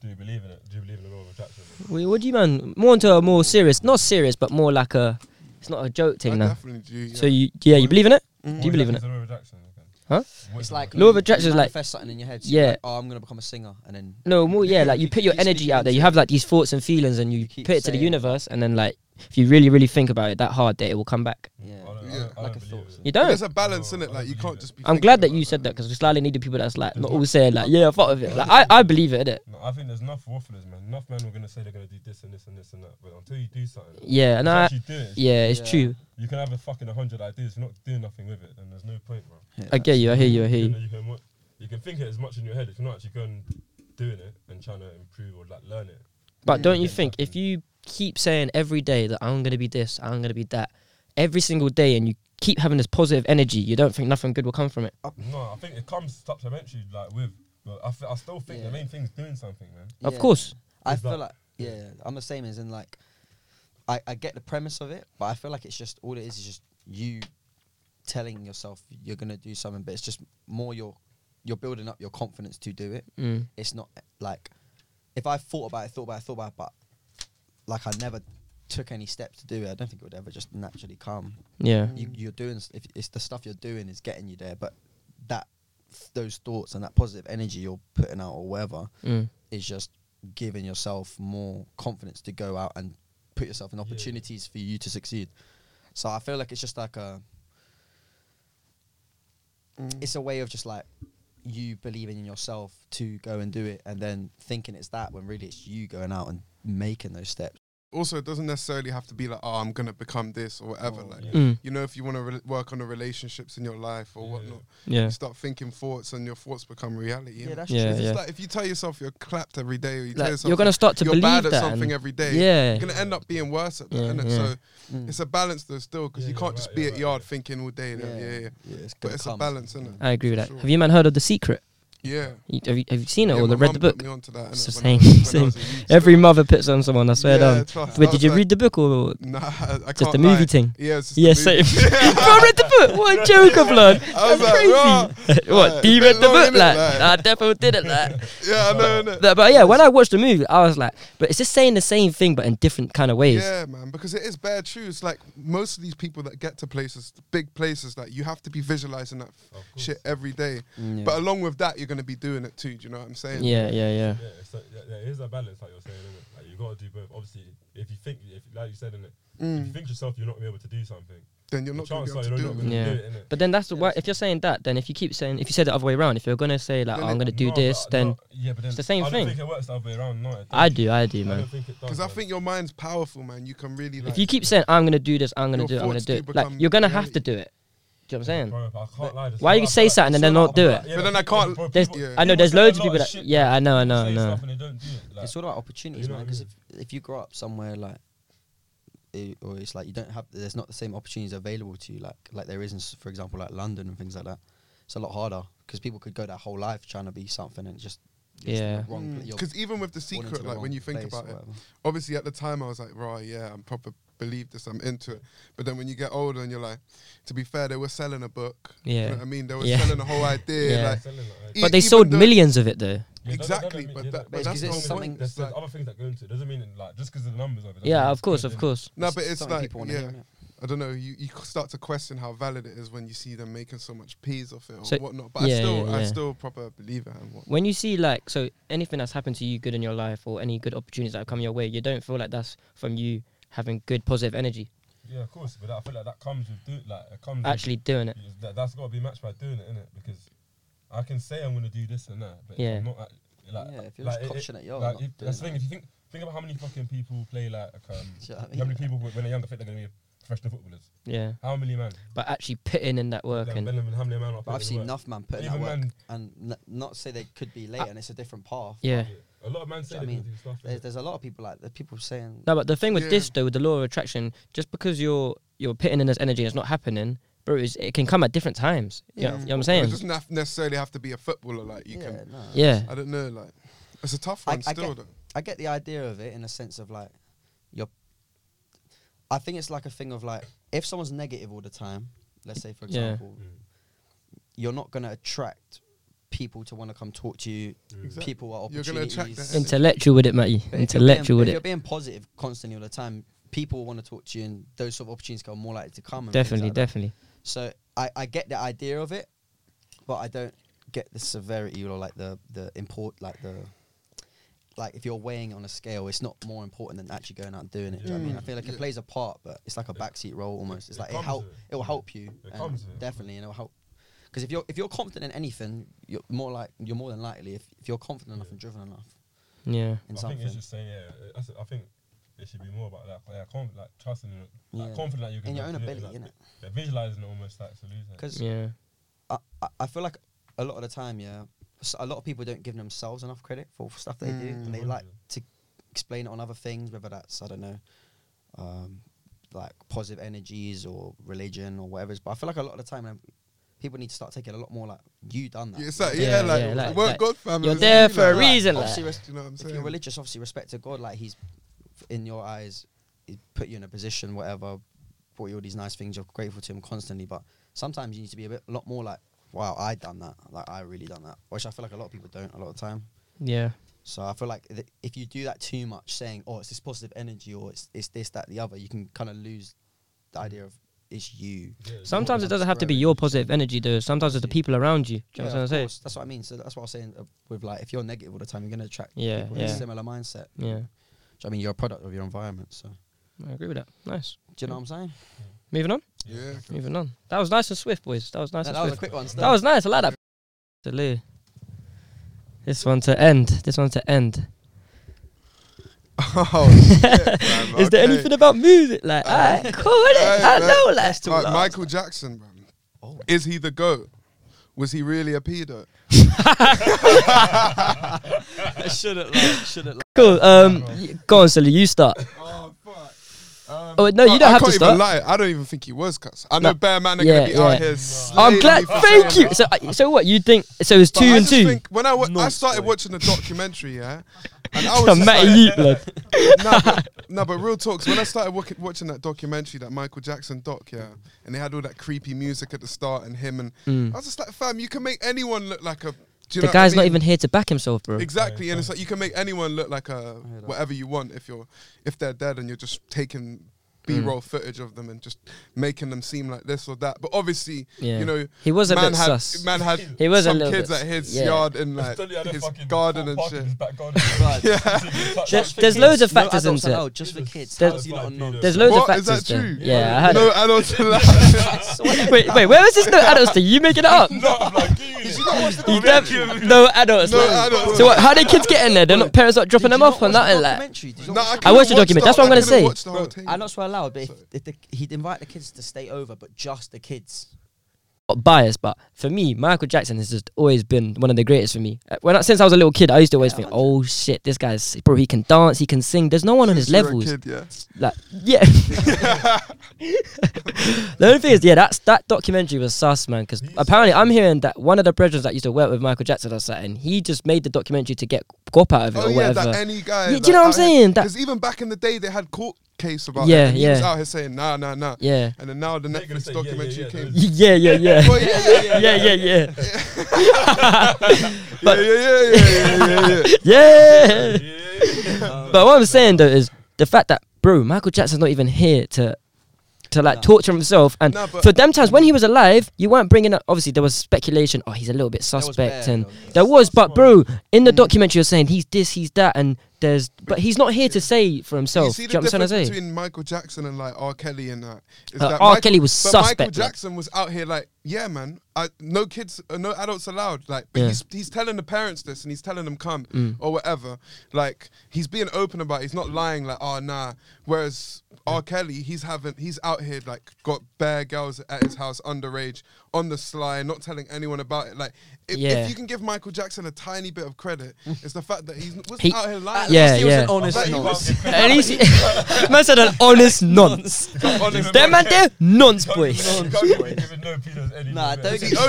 Do you believe in it? Do you believe in the law of attraction? Wait, what do you mean? More into a more serious, not serious, but more like a. It's not a joke I thing now. definitely do. Yeah. So you, yeah, you believe in it? Do you What believe in it? is the law of attraction? again? Huh? What Mm. It's is it? like Law of you- attraction you is like- manifest something in your head. So Yeah. yeah. Like, oh, I'm gonna become a singer, and then No, more yeah, like you put your Keep energy speaking out there. You into have it. like these thoughts and feelings, and you, keep put it to the saying- universe, and then like if you really, really think about it that hard, that it will come back. yeah, I don't- Yeah. I don't- I like don't a believe thought. it. You There's don't. a balance in it. No, Like you I can't believe just be. I'm thinking glad that about you said that because we slightly needed people that's like not There's all no- saying like yeah, I thought of it. Like I, I believe it, innit? No, I think there's enough wafflers, man. Enough men are gonna say they're gonna do this and this and this and that, but until you do something, Yeah, and just I actually do it. yeah, it's Yeah. true. You can have a fucking hundred ideas, if you're not doing nothing with it, then there's no point, bro. Yeah. I get you. I hear you. I hear You, you. know, you can wa- you can think it as much in your head if you're not actually going doing it and trying to improve or like learn it. But don't you Yeah, think if definitely. you keep saying every day that I'm gonna be this, I'm gonna be that, every single day, and you keep having this positive energy, you don't think nothing good will come from it? No, I think it comes supplementary like with, but I, th- I still think Yeah. the main thing's doing something, man. Of Yeah. course. I Is feel that- like yeah, yeah, I'm the same as in like I, I get the premise of it, but I feel like it's just all it is is just you telling yourself you're gonna do something, but it's just more your you're building up your confidence to do it. Mm. It's not like if I thought about it, thought about it, thought about it, but like I never took any steps to do it. I don't think it would ever just naturally come. Yeah. You, you're doing s- if it's the stuff you're doing is getting you there, but that those thoughts and that positive energy you're putting out or whatever Mm. is just giving yourself more confidence to go out and put yourself in Yeah. opportunities for you to succeed. So I feel like it's just like a Mm. it's a way of just like you believing in yourself to go and do it and then thinking it's that when really it's you going out and making those steps. Also, it doesn't necessarily have to be like, oh, I'm gonna become this or whatever. Oh, like, yeah. Mm. you know, if you want to re- work on the relationships in your life or Yeah. whatnot, Yeah. you start thinking thoughts, and your thoughts become reality. innit? that's Yeah, It's yeah. just like if you tell yourself you're clapped every day, or you tell Like, yourself you're gonna start to you're believe bad that. at something and- every day. yeah. You're gonna end up being worse at that, Yeah, innit? yeah. So it's a balance though, still, because Yeah, you you're can't right, just be you're at right, yard yeah. thinking all day. Yeah, yeah, yeah. it's But gonna it's a come. Uh, balance, innit? I agree with that. Sure. Have you man heard of The Secret? Yeah. You- Have you, have you seen it yeah, or my the, read mum the put book? me onto that, innit, It's the when same- I was- when I was a youth, Every innit? mother pits on someone, I swear Yeah, down. trust. Wait, I did was you like, read the book or Nah, I just can't the movie lie. thing? Yeah, it's just Yeah, the movie. same. you bro read the book. What a joker, blood. I was That's like, crazy. rah. what? Like, do you bit read the long, book? innit, Like, like? I definitely did it. Like, Yeah, I know, innit? but, but yeah, when I watched the movie, I was like, but it's just saying the same thing, but in different kind of ways. Yeah, man, because it is bare true. It's like most of these people that get to places, big places, like you have to be visualizing that Of course. mm, shit every day. Mm. Yeah. But along with that, you're going to be doing it too. Do you know what I'm saying? yeah, yeah, yeah. Yeah, it's like, yeah, yeah, it is a balance, like you're saying, isn't it? Like you gotta do both. Obviously, if you think, if like you said, in it, if you Mm. think yourself, you're not gonna be able to do something. Then you're The not going chances to be able are you're to not do it. gonna Yeah. do it, innit? But then that's the why. If you're saying that, then if you keep saying, if you said the other way around, if you're gonna say like, Then oh, it- I'm gonna do No, this, but- then no, yeah, but then it's the same I thing. don't think it works the other way around. No, it I don't. do, I do, I man. don't think it does. Because I man. think your mind's powerful, man. You can really like. If you keep saying, I'm gonna do this, I'm gonna Your do it, I'm gonna thoughts do do it, like become you're gonna have to reality. do it. Do you know what I'm saying? Bro, but I can't lie, there's Why some- you I say feel like- something and then feel not like- do I it? feel like- yeah, But then I can't- bro, There's- people- Yeah. I know people there's say a loads of lot people that. shit, yeah, I know, I know, I say know. stuff and they don't do it, like- it's all about opportunities, You know man. what I Because if, if you grow up somewhere like, it, or it's like you don't have, there's not the same opportunities available to you, like like there is in, s- for example, like London and things like that. It's a lot harder because people could go their whole life trying to be something and just you're just Yeah. wrong. pla- you're Because Mm. even with the born into secret, the like when wrong you think place or about it, whatever. obviously at the time I was like, right, yeah, I'm proper believe this, I'm into it. But then when you get older and you're like, to be fair, they were selling a book. You Yeah. know what I mean? They were Yeah. selling the whole idea. Yeah. Like, Selling it, like- e- But they even sold though- millions of it though. Yeah, that- that Exactly, don't mean- but yeah, that- but it's that's 'cause the it's whole something- point. There's, It's there's like- other things that go into it. Doesn't mean like just because of the numbers of it. doesn't Yeah, mean of it's course, good, of innit? course. No, It's but it's something like, people wanna yeah, hear, innit? I don't know. You, you start to question how valid it is when you see them making so much peas off it or So- whatnot. But yeah, I still, yeah, I yeah. still proper believe it and what. When you see like so anything that's happened to you good in your life or any good opportunities that have come your way, you don't feel like that's from you having good positive energy, Yeah, of course. But I feel like that comes with do like it comes. actually doing it. with, that, that's got to be matched by doing it, innit? Because I can say I'm gonna do this and that, but Yeah. yeah, I'm not. act- Like, yeah, if you're like, just it- coaching it, yo, like, I'm if, not doing that's the thing. that. If you think think about how many fucking people play like, like um, Do you know what I how mean? many people when they're younger think they're gonna be professional footballers? Yeah, How many man? but actually putting in that work Like, and Bellingham, how many man are But putting I've in seen work? enough man putting that Even Ah. work man- and n- not say they could be late and it's a different path. yeah. A lot of men say Do you they know what I can do stuff. There's, innit? there's a lot of people like the people saying No, but the thing with Yeah. this though, with the law of attraction, just because you're you're putting in this energy, and it's not happening, bro. It's, it can come at different times. Yeah, you know what I'm Mm. It saying. doesn't have- necessarily have to be a footballer. Like you yeah, can, no. Yeah, I don't know. Like it's a tough I- one I still. get- though. I get the idea of it in a sense of like, you're. I think it's like a thing of like, if someone's negative all the time, let's say for Yeah. example, Mm. you're not gonna attract people to want to come talk to you. Exactly. People are You're gonna opportunities. attract that energy. intellectual with it, Matty. But if you're being- Intellectual with If you're it. being positive constantly all the time, people want to talk to you, and those sort of opportunities are more likely to come. and things Definitely, like that. definitely. So I, I get the idea of it, but I don't get the severity or like the the import like the like if you're weighing on a scale, it's not more important than actually going out and doing it. Do you know what I mean? I feel like Yeah. it plays a part, but it's like a It- backseat role almost. It's Mm. it like it comes help with it. it will help you It and comes with it. definitely, and it'll help. Because if you're if you're confident in anything, you're more like you're more than likely if, if you're confident enough Yeah. and driven enough Yeah. in I something think it's just saying, yeah, uh, that's, it. I think it should be more about that. Yeah, conf- like trusting, in it, like Yeah. confident that you can in your own do ability, it, like, innit? Yeah, visualizing it almost like solution. Because Yeah. I, I- I feel like a lot of the time, yeah, s- a lot of people don't give themselves enough credit for stuff they do, Mm. and they like to explain it on other things, whether that's I don't know, um, like positive energies or religion or whatever. it is. But I feel like a lot of the time, um, people need to start taking a lot more like you done that. Yeah, it's like Yeah, yeah, like, yeah, like- work like, God, fam. You're it's there you, for a like, reason. like. obviously, res- You know what I'm if you're saying? religious, obviously respect to God, like He's f- in your eyes, He put you in a position, whatever, brought you all these nice things. You're grateful to Him constantly, but sometimes you need to be a bit, a lot more like, wow, I done that, like I really done that, which I feel like a lot of people don't a lot of time. Yeah. So I feel like th- if you do that too much, saying, oh, it's this positive energy or it's it's this that the other, you can kind of lose Mm. the idea of it's you. Yeah, it's Sometimes it than doesn't have to be spreading. your positive energy though. Sometimes it's the people around you. Do you know what I'm of saying? course. That's what I mean. So that's what I was saying uh, with like, if you're negative all the time, you're gonna attract Yeah, people with yeah. a similar mindset. Yeah. Do you know what I mean, you're a product of your environment. So, do I agree with that. Nice. you know what I'm saying? Moving on. Yeah. Moving on. That was nice and swift, boys. That was nice No, and that was a swift. quick one. That was nice. I like that. To Lou. This one to end. This one to end. Oh, shit, fam, Is there okay. anything about music? Like, Aye. alright, cool, innit? Aye, I man. know, like, Like, Michael Jackson, man. Oh. Is he the goat? Was he really a pedo? shouldn't like, shouldn't cool. Um, y- go on, Silly, you start. Oh fuck. Um, oh, no, you don't I, have I to can't start. even lie. I don't even think he was cuss. I know No. bare man are Yeah, gonna be out yeah. here. I'm slating glad. me for Thank saying you. So, I- so what you think? So it's But two I and just two. think when I, wa- I Nice started boy. watching the documentary, yeah, and I Oh, was just Matt, like, you blood. no, but, no, but real talks. When I started wa- watching that documentary, that Michael Jackson doc, yeah, and they had all that creepy music at the start and him, and I was just like, fam, you can make anyone look like a. Do you The know what I guy's not mean? even here to back himself, bro. Exactly, and it's like you can make anyone look like a whatever you want if you're if they're dead and you're just taking Mm. B-roll footage of them and just making them seem like this or that. But obviously, Yeah. you know, He was a man bit had sus. man had He was a some little kids bit at his yeah. yard and like Stanley had a his fucking garden car and park in shit. His back garden. Right. There's- there's loads of factors no into it. allowed, Just for kids. There's- How do you not know? There's loads of What? Is factors. that there. true? Yeah, I heard no it. adults allowed. Wait, wait, where was this no adults? thing? you making it up? No, I'm like, did you not watch the You def- no adults. No like- adults. So what, how did kids get in there? They're not parents not dropping them off or nothing like. No, I, I watched the document, couldn't watch that's what I'm I gonna couldn't say. watch the whole thing. I not swear allowed, but if, if the, he'd invite the kids to stay over, but just the kids. Not biased, but for me, Michael Jackson has just always been one of the greatest for me. Uh, When I, since I was a little kid, I used to always think, "Oh shit, this guy's sick, bro. He can dance, he can sing. There's no one on his Since you were levels." a kid, yeah. Like, yeah. the only thing is, yeah, that's that documentary was sus, man. Because apparently, I'm hearing that one of the brothers that used to work with Michael Jackson or something, he just made the documentary to get cop out of it Oh or yeah, whatever. that any guy. Yeah, do you know what I'm saying? That- Because even back in the day, they had court case about Yeah, it. and He was yeah. out here saying nah, nah, nah. yeah. And then now the They're gonna Netflix say, yeah, yeah, documentary yeah, came. those- Yeah, yeah, yeah. Well, yeah, yeah, yeah, yeah, yeah, yeah. yeah, yeah, yeah, yeah, yeah, yeah, yeah. Yeah. Yeah. But what I'm saying though is the fact that bro, Michael Jackson's not even here to to like torture himself and No, but- for them times when he was alive you weren't bringing up obviously there was speculation oh he's a little bit was suspect bare, and though, yeah. there was but bro in the documentary you're saying he's this he's that and there's but he's not here to say for You himself see do you know the what I'm difference trying to say between Michael Jackson and like R. Kelly and that. Is Uh, that R. Michael- Kelly was but Michael suspect, man. Jackson was out here like, yeah, man, I, no kids, uh, no adults allowed. Like, but Yeah. Mm. he's he's telling the parents this and he's telling them come or whatever. Like, he's being open about. it. He's not lying. Like, oh nah. Whereas R. Kelly, he's having, he's out here like got bare girls at his house, underage, on the sly, not telling anyone about it. Like, if, Yeah. Mm. if you can give Michael Jackson a tiny bit of credit, it's the fact that he's wasn't He- out here lying. Yeah, yeah. Like, he was- at least man said an honest nonce that man there nonce boys Nah, don't He, get oh, me no,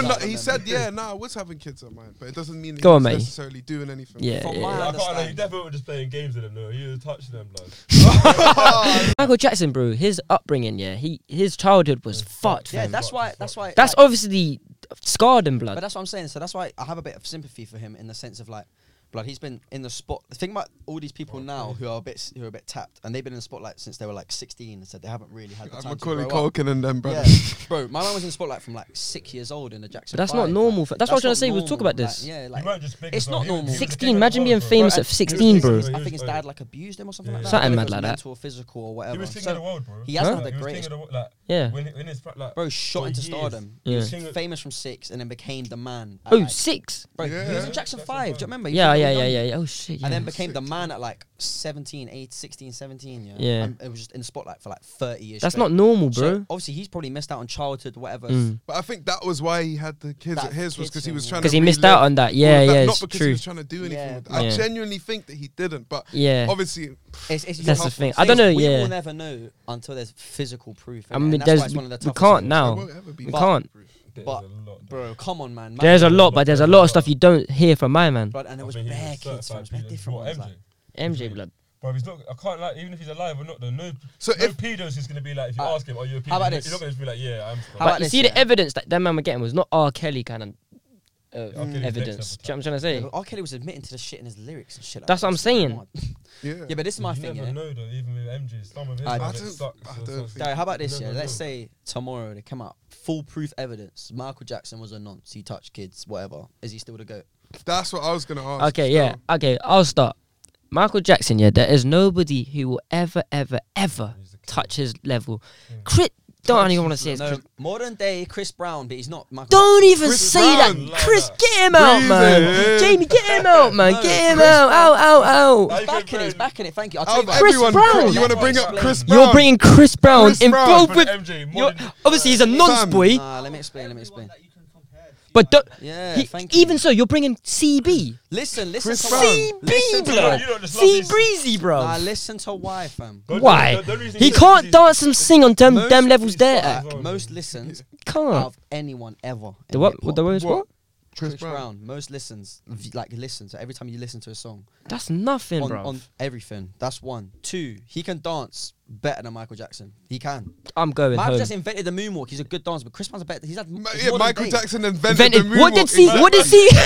started he on said, that. yeah, no, I was having kids at mine, but it doesn't mean that Go he on, was mate. necessarily doing anything. yeah, From yeah. my- I can't lie, you definitely were just playing games with him though. You touched them like. Michael Jackson bro his upbringing yeah he his childhood was fucked Yeah, fam. that's why. That's why. that's like, obviously scarred in blood But that's what I'm saying. So that's why I have a bit of sympathy for him in the sense of like, blood. He's been in the spot. Think about all these people now who are a bit s- who are a bit tapped, and they've been in the spotlight since they were like 16, and said they haven't really had the I'm time to Macaulay grow up. Culkin and them, brother. Yeah, bro. My man was in the spotlight from like six years old in the Jackson. But that's not Five, normal like, for- that's what I was not gonna say, we'll talk about normal, this. Like, You yeah, weren't like. just big It's as not well. He was- normal. he was a 16, king of the imagine world, being bro. famous Bro, at I- 16, bro. I think his dad like abused him or something like that. Something I don't know mad if it was like that. Mental, physical, or He whatever. was king of the So, world, bro. he hasn't Huh? had He the was king of greatest. the world, like, Yeah. When, when it's like, Bro, shot for into years. stardom. He Yeah. was king of- Famous from six, and then became the man. at, Oh, like- six. Bro, he was Yeah. in Jackson Jackson 5. Do you five. remember? He was Yeah, really yeah, young. yeah, yeah, yeah. Oh shit. Yeah. And then Six, became the yeah. man at like 17, 8, 16, 17. Yeah. Yeah. And it was just in the spotlight for like 30 years. that's straight. not normal, So, bro. obviously, he's probably missed out on childhood, whatever. Mm. But I think that was why he had the kids That at his, was kids because he was thing, trying to. Because he missed relive out on that. all Yeah, of that, yeah, Not it's because he true. was trying to do anything. Yeah. With that. I Yeah. genuinely think that he didn't, but Yeah. obviously, It's, it's That's tough the thing. one. I don't know, We yeah. will never know until there's physical proof. I innit? And mean, that's why there's it's we one of the we toughest can't things. it now. won't ever be. We But- can't. There's But- a lot, Bro, come on, man. There's a Man, lot, but there's a lot of stuff you don't hear from my man, Blood, and there was I mean, he bare certified kids, so it was pedo. bare different What, ones. MJ? Like, MJ blood. Bro, he's not. I can't like. Even if he's alive or not, though, no. So So if- if pedos is gonna be like, if you Uh, ask him, are you a pedo? how about He's this? not gonna just be like, yeah, I'm. Still. How about But you this, see yeah? the evidence that that man were getting was not R. Kelly kind of uh, Kelly's next evidence. Do level you know what I'm trying yeah, to but say? R. Kelly was admitting to the shit in his lyrics and shit. Like That's that. what I'm saying. Come on. Yeah. Yeah, but this is my you thing, never yeah. know though. Even with MG's, some of his I of don't- it sucks, I so- don't so- think- Sorry, how about this? You Yeah, never let's know. say tomorrow they come out foolproof evidence. Michael Jackson was a nonce. He touched kids, whatever. Is he still the goat? That's what I was gonna ask. Okay, yeah. Okay, I'll start. Michael Jackson, yeah, there is nobody who will ever, ever, ever He's the king. touch his level. Crit. Don't even want to say it's No, Chris. modern day Chris Brown, but he's not Michael. Don't even Chris say Brown. that, Chris. Love that. Get him out, Breathe it in. man. Jamie, get him out, man. No, get him Chris out. Out, out, Now out. you Jackson. Back in can it, bring- back in it. Thank you. I'll Out tell you of what. Chris everyone, Brown. you want to bring up Explain. Chris Brown? You're bringing Chris Brown Chris in Brown both from with. MJ, you're- modern- Obviously, he's a nonce boy, Nah, let me explain. Let me explain. but But don't, Yeah, he- thank you. even so, you're bringing CB. Listen, listen Chris to Brown. why. CB, Listen to bro. why. You don't just love Sea these- breezy, bro. Nah, listen to why, fam. Don't- Why? don't- don't reason He he's- can't he's- dance and sing on them, Most them levels of there. these Uh, guys- Brown. Most listens out Can't. of anyone ever. The in what? hip-hop. The worst What? what? Chris, Chris Brown. Brown. Most listens, v- like listen. So every time you listen to a song, That's nothing, on, bro. on everything. That's one. Two. He can dance better than Michael Jackson. He can. I'm going Michael home. Jackson invented the moonwalk. He's a good dancer, but Chris Brown's a better. He's had. Ma- he's yeah, more than Michael Dave. Jackson invented Invented- the moonwalk. What did he? What did he? get him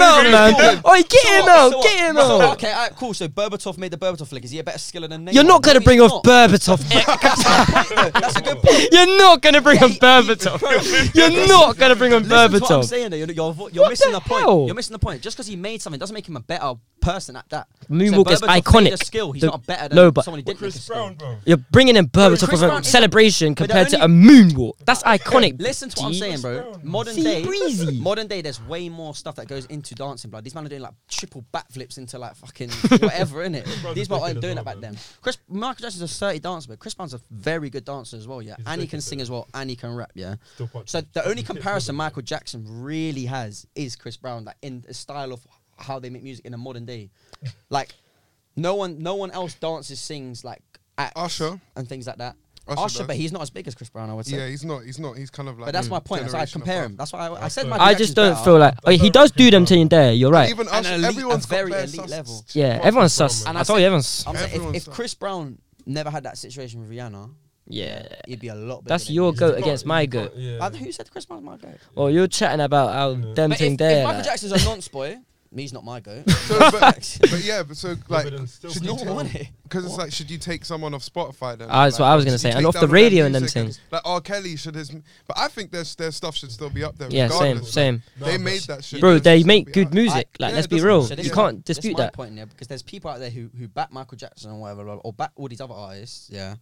I out, don't man! agree. Oi, get him what? out! So Get him what? So what? out! Okay, all right, cool. So Berbatov made the Berbatov flick. Is he a better skiller than? Neymar? You're not No, gonna he's bring not. off Berbatov. That's a good point. You're not gonna bring on Berbatov. You're not gonna bring on Listen to what I'm Berbatov. saying. Though. You're, you're, vo- you're What missing the the, point. hell? You're missing the point. Just because he made something doesn't make him a better person at that. Moonwalk so is Berbatov made iconic. A skill. He's The- not better than no, but- someone who But didn't make a Chris skill. Brown, bro. You're bringing in Berbatov Chris for Brown a is- celebration but the compared to a only- moonwalk. That's iconic. Listen to what I'm D. saying, bro. Chris Brown. Modern See, day, breezy. modern day, there's way more stuff that goes into dancing, blood. These men are doing like triple backflips into like fucking whatever, innit? Brown's These a men weren't dickhead doing as well, that back bro. then. Chris Michael Jackson's a 30 dancer, but Chris Brown's a very good dancer as well, yeah. He's a and he dickhead, can though. sing as well, and he can rap, yeah. Still punch So him. the only He's a dickhead, comparison bro. Michael Jackson really has is Chris Brown, like in the style of how they make music in the modern day. Like no one, no one else dances, sings like acts Usher. and things like that. Usher, Usher does. but he's not as big as Chris Brown, I would say. Yeah, he's not. He's not. He's kind of like. But that's mm, my point. So I generation compare apart. him. That's why I, I said. I Michael I Jackson's just don't better. feel like oh, he does do them Brown. thing and there. You're right. Even And Usher, an elite- everyone's a got very bare elite sus- level. Yeah, fucking everyone's Brown, sus. man. I told you, everyone's sus. And I said, Everyone's if, if done. Chris Brown never had that situation with Rihanna, Yeah, he'd be a lot. Bigger that's than your he is. goat He's against got- my he's got- goat. yeah. And who said Chris Brown's my goat? Well, you're chatting about how Yeah. them But thing if, there. if Michael like- Jackson's a nonce boy, he's not my goat. So, but, but yeah, but so like, then still should people you No don't take, one. eh? Because it's like, should you take someone off Spotify then? Ah, that's Like, what I was gonna should say, you take and off down the all their radio and them music things. Like R. Kelly should his, but I think their their stuff should still be up there. Yeah, same, regardless. same. They No, made but- that shit. Bro, should they still make be good up. music. I- Like, yeah, let's it be doesn't- real. so this you is my- can't this is dispute my that. point, yeah, because there's people out there who who back Michael Jackson or whatever, or back all these other artists, yeah.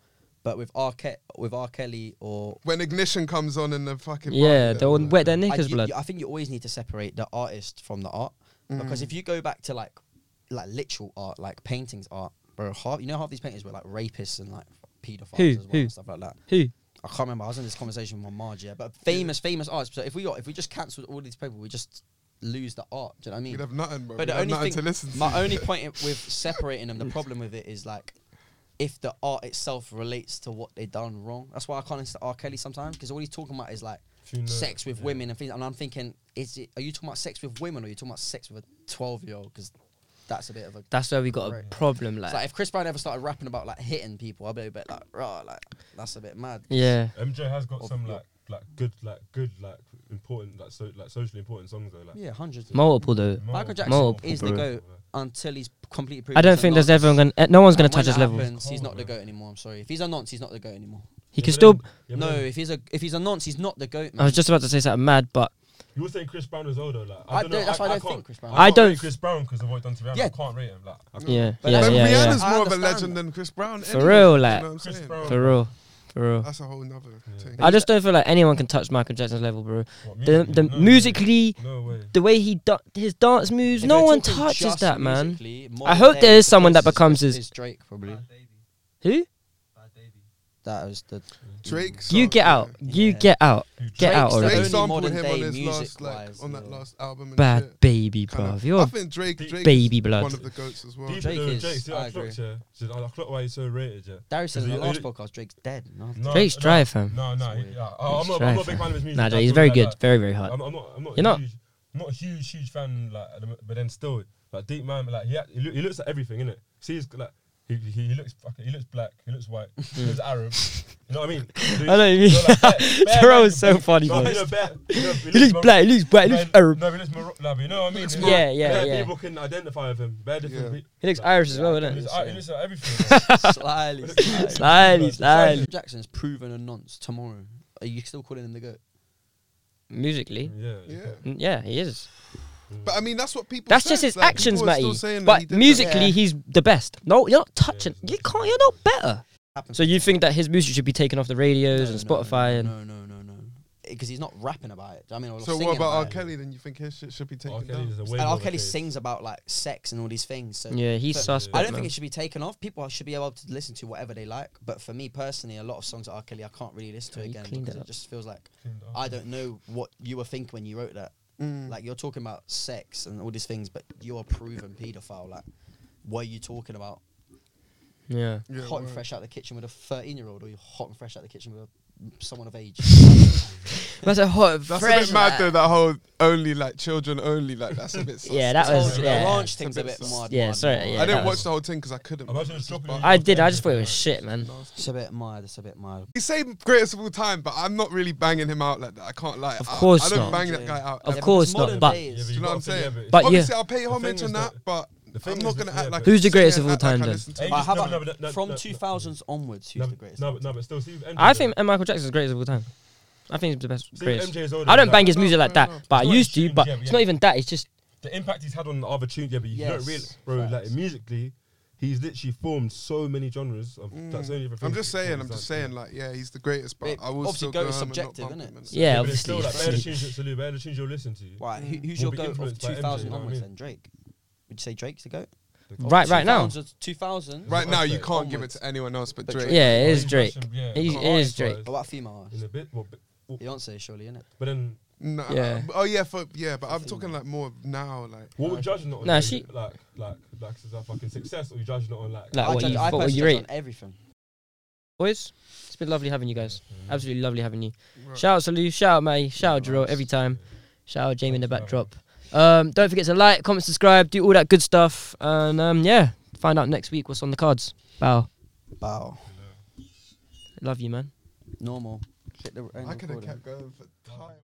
But with R. Ke- with R. Kelly or When ignition comes on in the fucking Yeah, party, they'll then, wet their I, knickers you- blood. you- I think you always need to separate the artist from the art Mm. because if you go back to like like literal art, like paintings art, bro, half, you know half these paintings were like rapists and like pedophiles Who? as well Who? and stuff like that. Who? I can't remember. I was in this conversation with my Marge, yeah, but famous, famous artists. So if we got, if we just cancelled all these people, we just lose the art. Do you know what I mean? We'd have nothing, bro. But We'd the have only nothing thing, to listen to. my only point i- with separating them, the problem with it is like, if the art itself relates to what they done wrong, that's why I can't listen to R. Kelly sometimes because all he's talking about is like If you know sex it, with yeah. women and things, and I'm thinking, is it? Are you talking about sex with women or are you talking about sex with a twelve year old? Because that's a bit of a. That's where we got a Right. problem. Like, It's like if Chris Brown ever started rapping about like hitting people, I'd be a bit like, rah, like that's a bit mad. yeah, MJ has got Of some your- like like good like good like important like so like socially important songs though like Yeah, hundreds. multiple though. Michael Jackson Multiple, is the bro. goat until he's completely proven. I don't he's a think there's nonce. ever gonna. eh, No one's gonna And when touch his that level. happens, He's not the goat anymore. I'm sorry. If he's a nonce, he's not the goat anymore. He Yeah, can but still. then- yeah, but no, then if he's a if he's a nonce, he's not the goat. Man. I was just about to say something mad, but you were saying Chris Brown was older. Like I I don't know. don't- that's why I don't can't- think Chris Brown. I can't don't- rate Chris Brown because of what he done to Rihanna. Yeah. I can't rate him. Like I can't. yeah, But yeah, that's- But yeah, yeah. Rihanna's yeah. I more of a understand legend that. than Chris Brown. For anyway, real, you like- know what I'm Chris saying? Brown. For real, for real. That's a whole nother thing. I just don't feel like anyone can touch Michael Jackson's level, bro. What, The musically? the No way. musically, No way. the way he do- his dance moves, If no we're one talking touches just that, man. musically, I modern hope there day, is someone the that best becomes is, his- is Drake probably. Who? That was the Drake. You song, get yeah. out. You Yeah. get out. Get Drake's out the already. Drake only sampled modern him day on his music last, like, wise, on that yeah. last album. And Bad shit. baby, Kind of- bruv. I You're think Drake, Deep- Drake's baby one blood. of the goats as well. Deep Drake Drake is- Drake, see, I I, agree. clocked you. She said, I clocked why he's so rated. Yeah. Darius said in the Is he- last is he- podcast Drake's dead. No. No, Drake's no, dry, fam. No, no. It's he- yeah, I- I'm He's not. dry, I'm not a big fam. fan of his music. Nah, I Drake, he's don't very like good. that. Very, very hot. I'm, I'm not. I'm not. You're a not? Huge, I'm not a huge, huge fan. Like, at the mo- but then still, like deep man, like he, act- he, loo- he looks at everything, innit? See, he's like he, he, he looks fucking, he looks black, he looks white, he looks Arab. You know what I mean? So Hmm. I know what you he's- mean. so, like, bare- bare Terrell man is can so be- funny, no, bro. you know, bare- you know, He looks black. He looks white. He looks bare- Arab. No, he looks Moroccan. Like, you know what I mean? Moroccan. Yeah, yeah, Bare yeah. People can identify with him. Bare different Yeah. people. He looks Irish as well, He isn't looks, it? he looks at everything. bro. Slyly, slyly. Slightly, Darius slightly. Jackson is proven a nonce tomorrow. Are you still calling him the goat? Musically, Yeah. Mm. Yeah. mm, yeah, he is. uh, But I mean, that's what people. That's said. just his like, actions, people are still Matty. saying that he But did that. musically, Yeah. he's the best. No, you're not touching. he's you not. can't. You're not better. Happens. So you think that his music should be taken off the radios and No, no, Spotify and No, no, no, no. because he's not rapping about it. Do you know what I mean, Or So singing what about R. it. Kelly? Then you think his shit should be taken R. Kelly down? is a way And more R. of a Kelly case. sings about like sex and all these things. So Yeah, he's But- suspect. I don't think man. it should be taken off. People should be able to listen to whatever they like. But for me personally, a lot of songs that R. Kelly I can't really listen to Oh, you again cleaned because it it up. just feels like Cleaned up. I don't know what you were thinking when you wrote that. Mm. Like you're talking about sex and all these things, but you're a proven paedophile. Like, were you talking about Yeah. Yeah, hot and word. fresh out the kitchen with a 13 year old, or you hot and fresh out the kitchen with a, someone of age? That's- That's a hot That's fresh. a bit mad though. like- That whole only like children only like that's a bit. sus. Yeah, that I told was. you, The Yeah. ranch It's a thing's a bit bit sus. mad. Yeah, mad, sorry, mad. yeah, I didn't that watch was- the whole thing because I couldn't. Imagine dropping it. I did. I just thought it was shit, man. It's a bit mad. It's a bit mad. He's saying greatest of all time, but I'm not really banging him out like that. I can't lie. Of I- course I, don't not. bang that guy out. Of ever. but course it's not, modern but- days. Yeah, Do you know what I'm saying? But yeah. obviously I'll pay The homage thing on is that, that- but the thing I'm is not that- gonna yeah, act like but- Who's the singing greatest of act all like time, I then? listen to Hey, it. But how no, about no, but that- that- from that- 2000s onwards? Who's No, the but- greatest? no, but, no, but still, Steve MJ. I think M- Michael Jackson's greatest of all time. I think he's the best. Steve Greatest. MJ is older I than don't bang that. his music like that, No, no. but I It's not used to. extreme, But yeah, it's yeah. not even that. It's just The impact he's had on the other tunes, yeah, but you Yes, don't realize, bro. Like facts. musically, he's literally formed so many genres Mm. of that's only I'm just saying. I'm just saying. Like, yeah, he's the greatest, but It- I will obviously still go go is home and not subjective, bump innit? him and- Yeah, Yeah, but it's obviously. still like better obviously. tunes that salute, better tunes you'll listen to. Right, who, who's Will your be goat of influenced by MJ, you 2000 know what I mean? onwards then? Drake? Would you say Drake's the goat? Right, right now. 2000s, 2000? Right now, you Onwards. can't give it to anyone else but But Drake. Drake. Yeah, it Well, is he's Drake. Russian, yeah. He's- it Artist is Drake. wise, But what female In a bit, well, but, well, Beyonce, surely, innit? but then No, Yeah. oh yeah, for yeah, but I'm Something talking like more of now, like. what would judging it on? Nah, though? she- like like like is that fucking success or you judging it on like? Like I what judge- you- I what personally you judge rate? on everything. Boys, it's been lovely having you guys. Absolutely lovely having you. Right. Shout out to Lou. Shout out May. Shout out Jerome every time. Shout out Jamie in the Thanks, brother. backdrop. Um, don't forget to like, comment, subscribe, do all that good stuff, and um, yeah, find out next week what's on the cards. Bow. Wow. Love you, man. Normal. Hit the end I could have recording. kept going for time.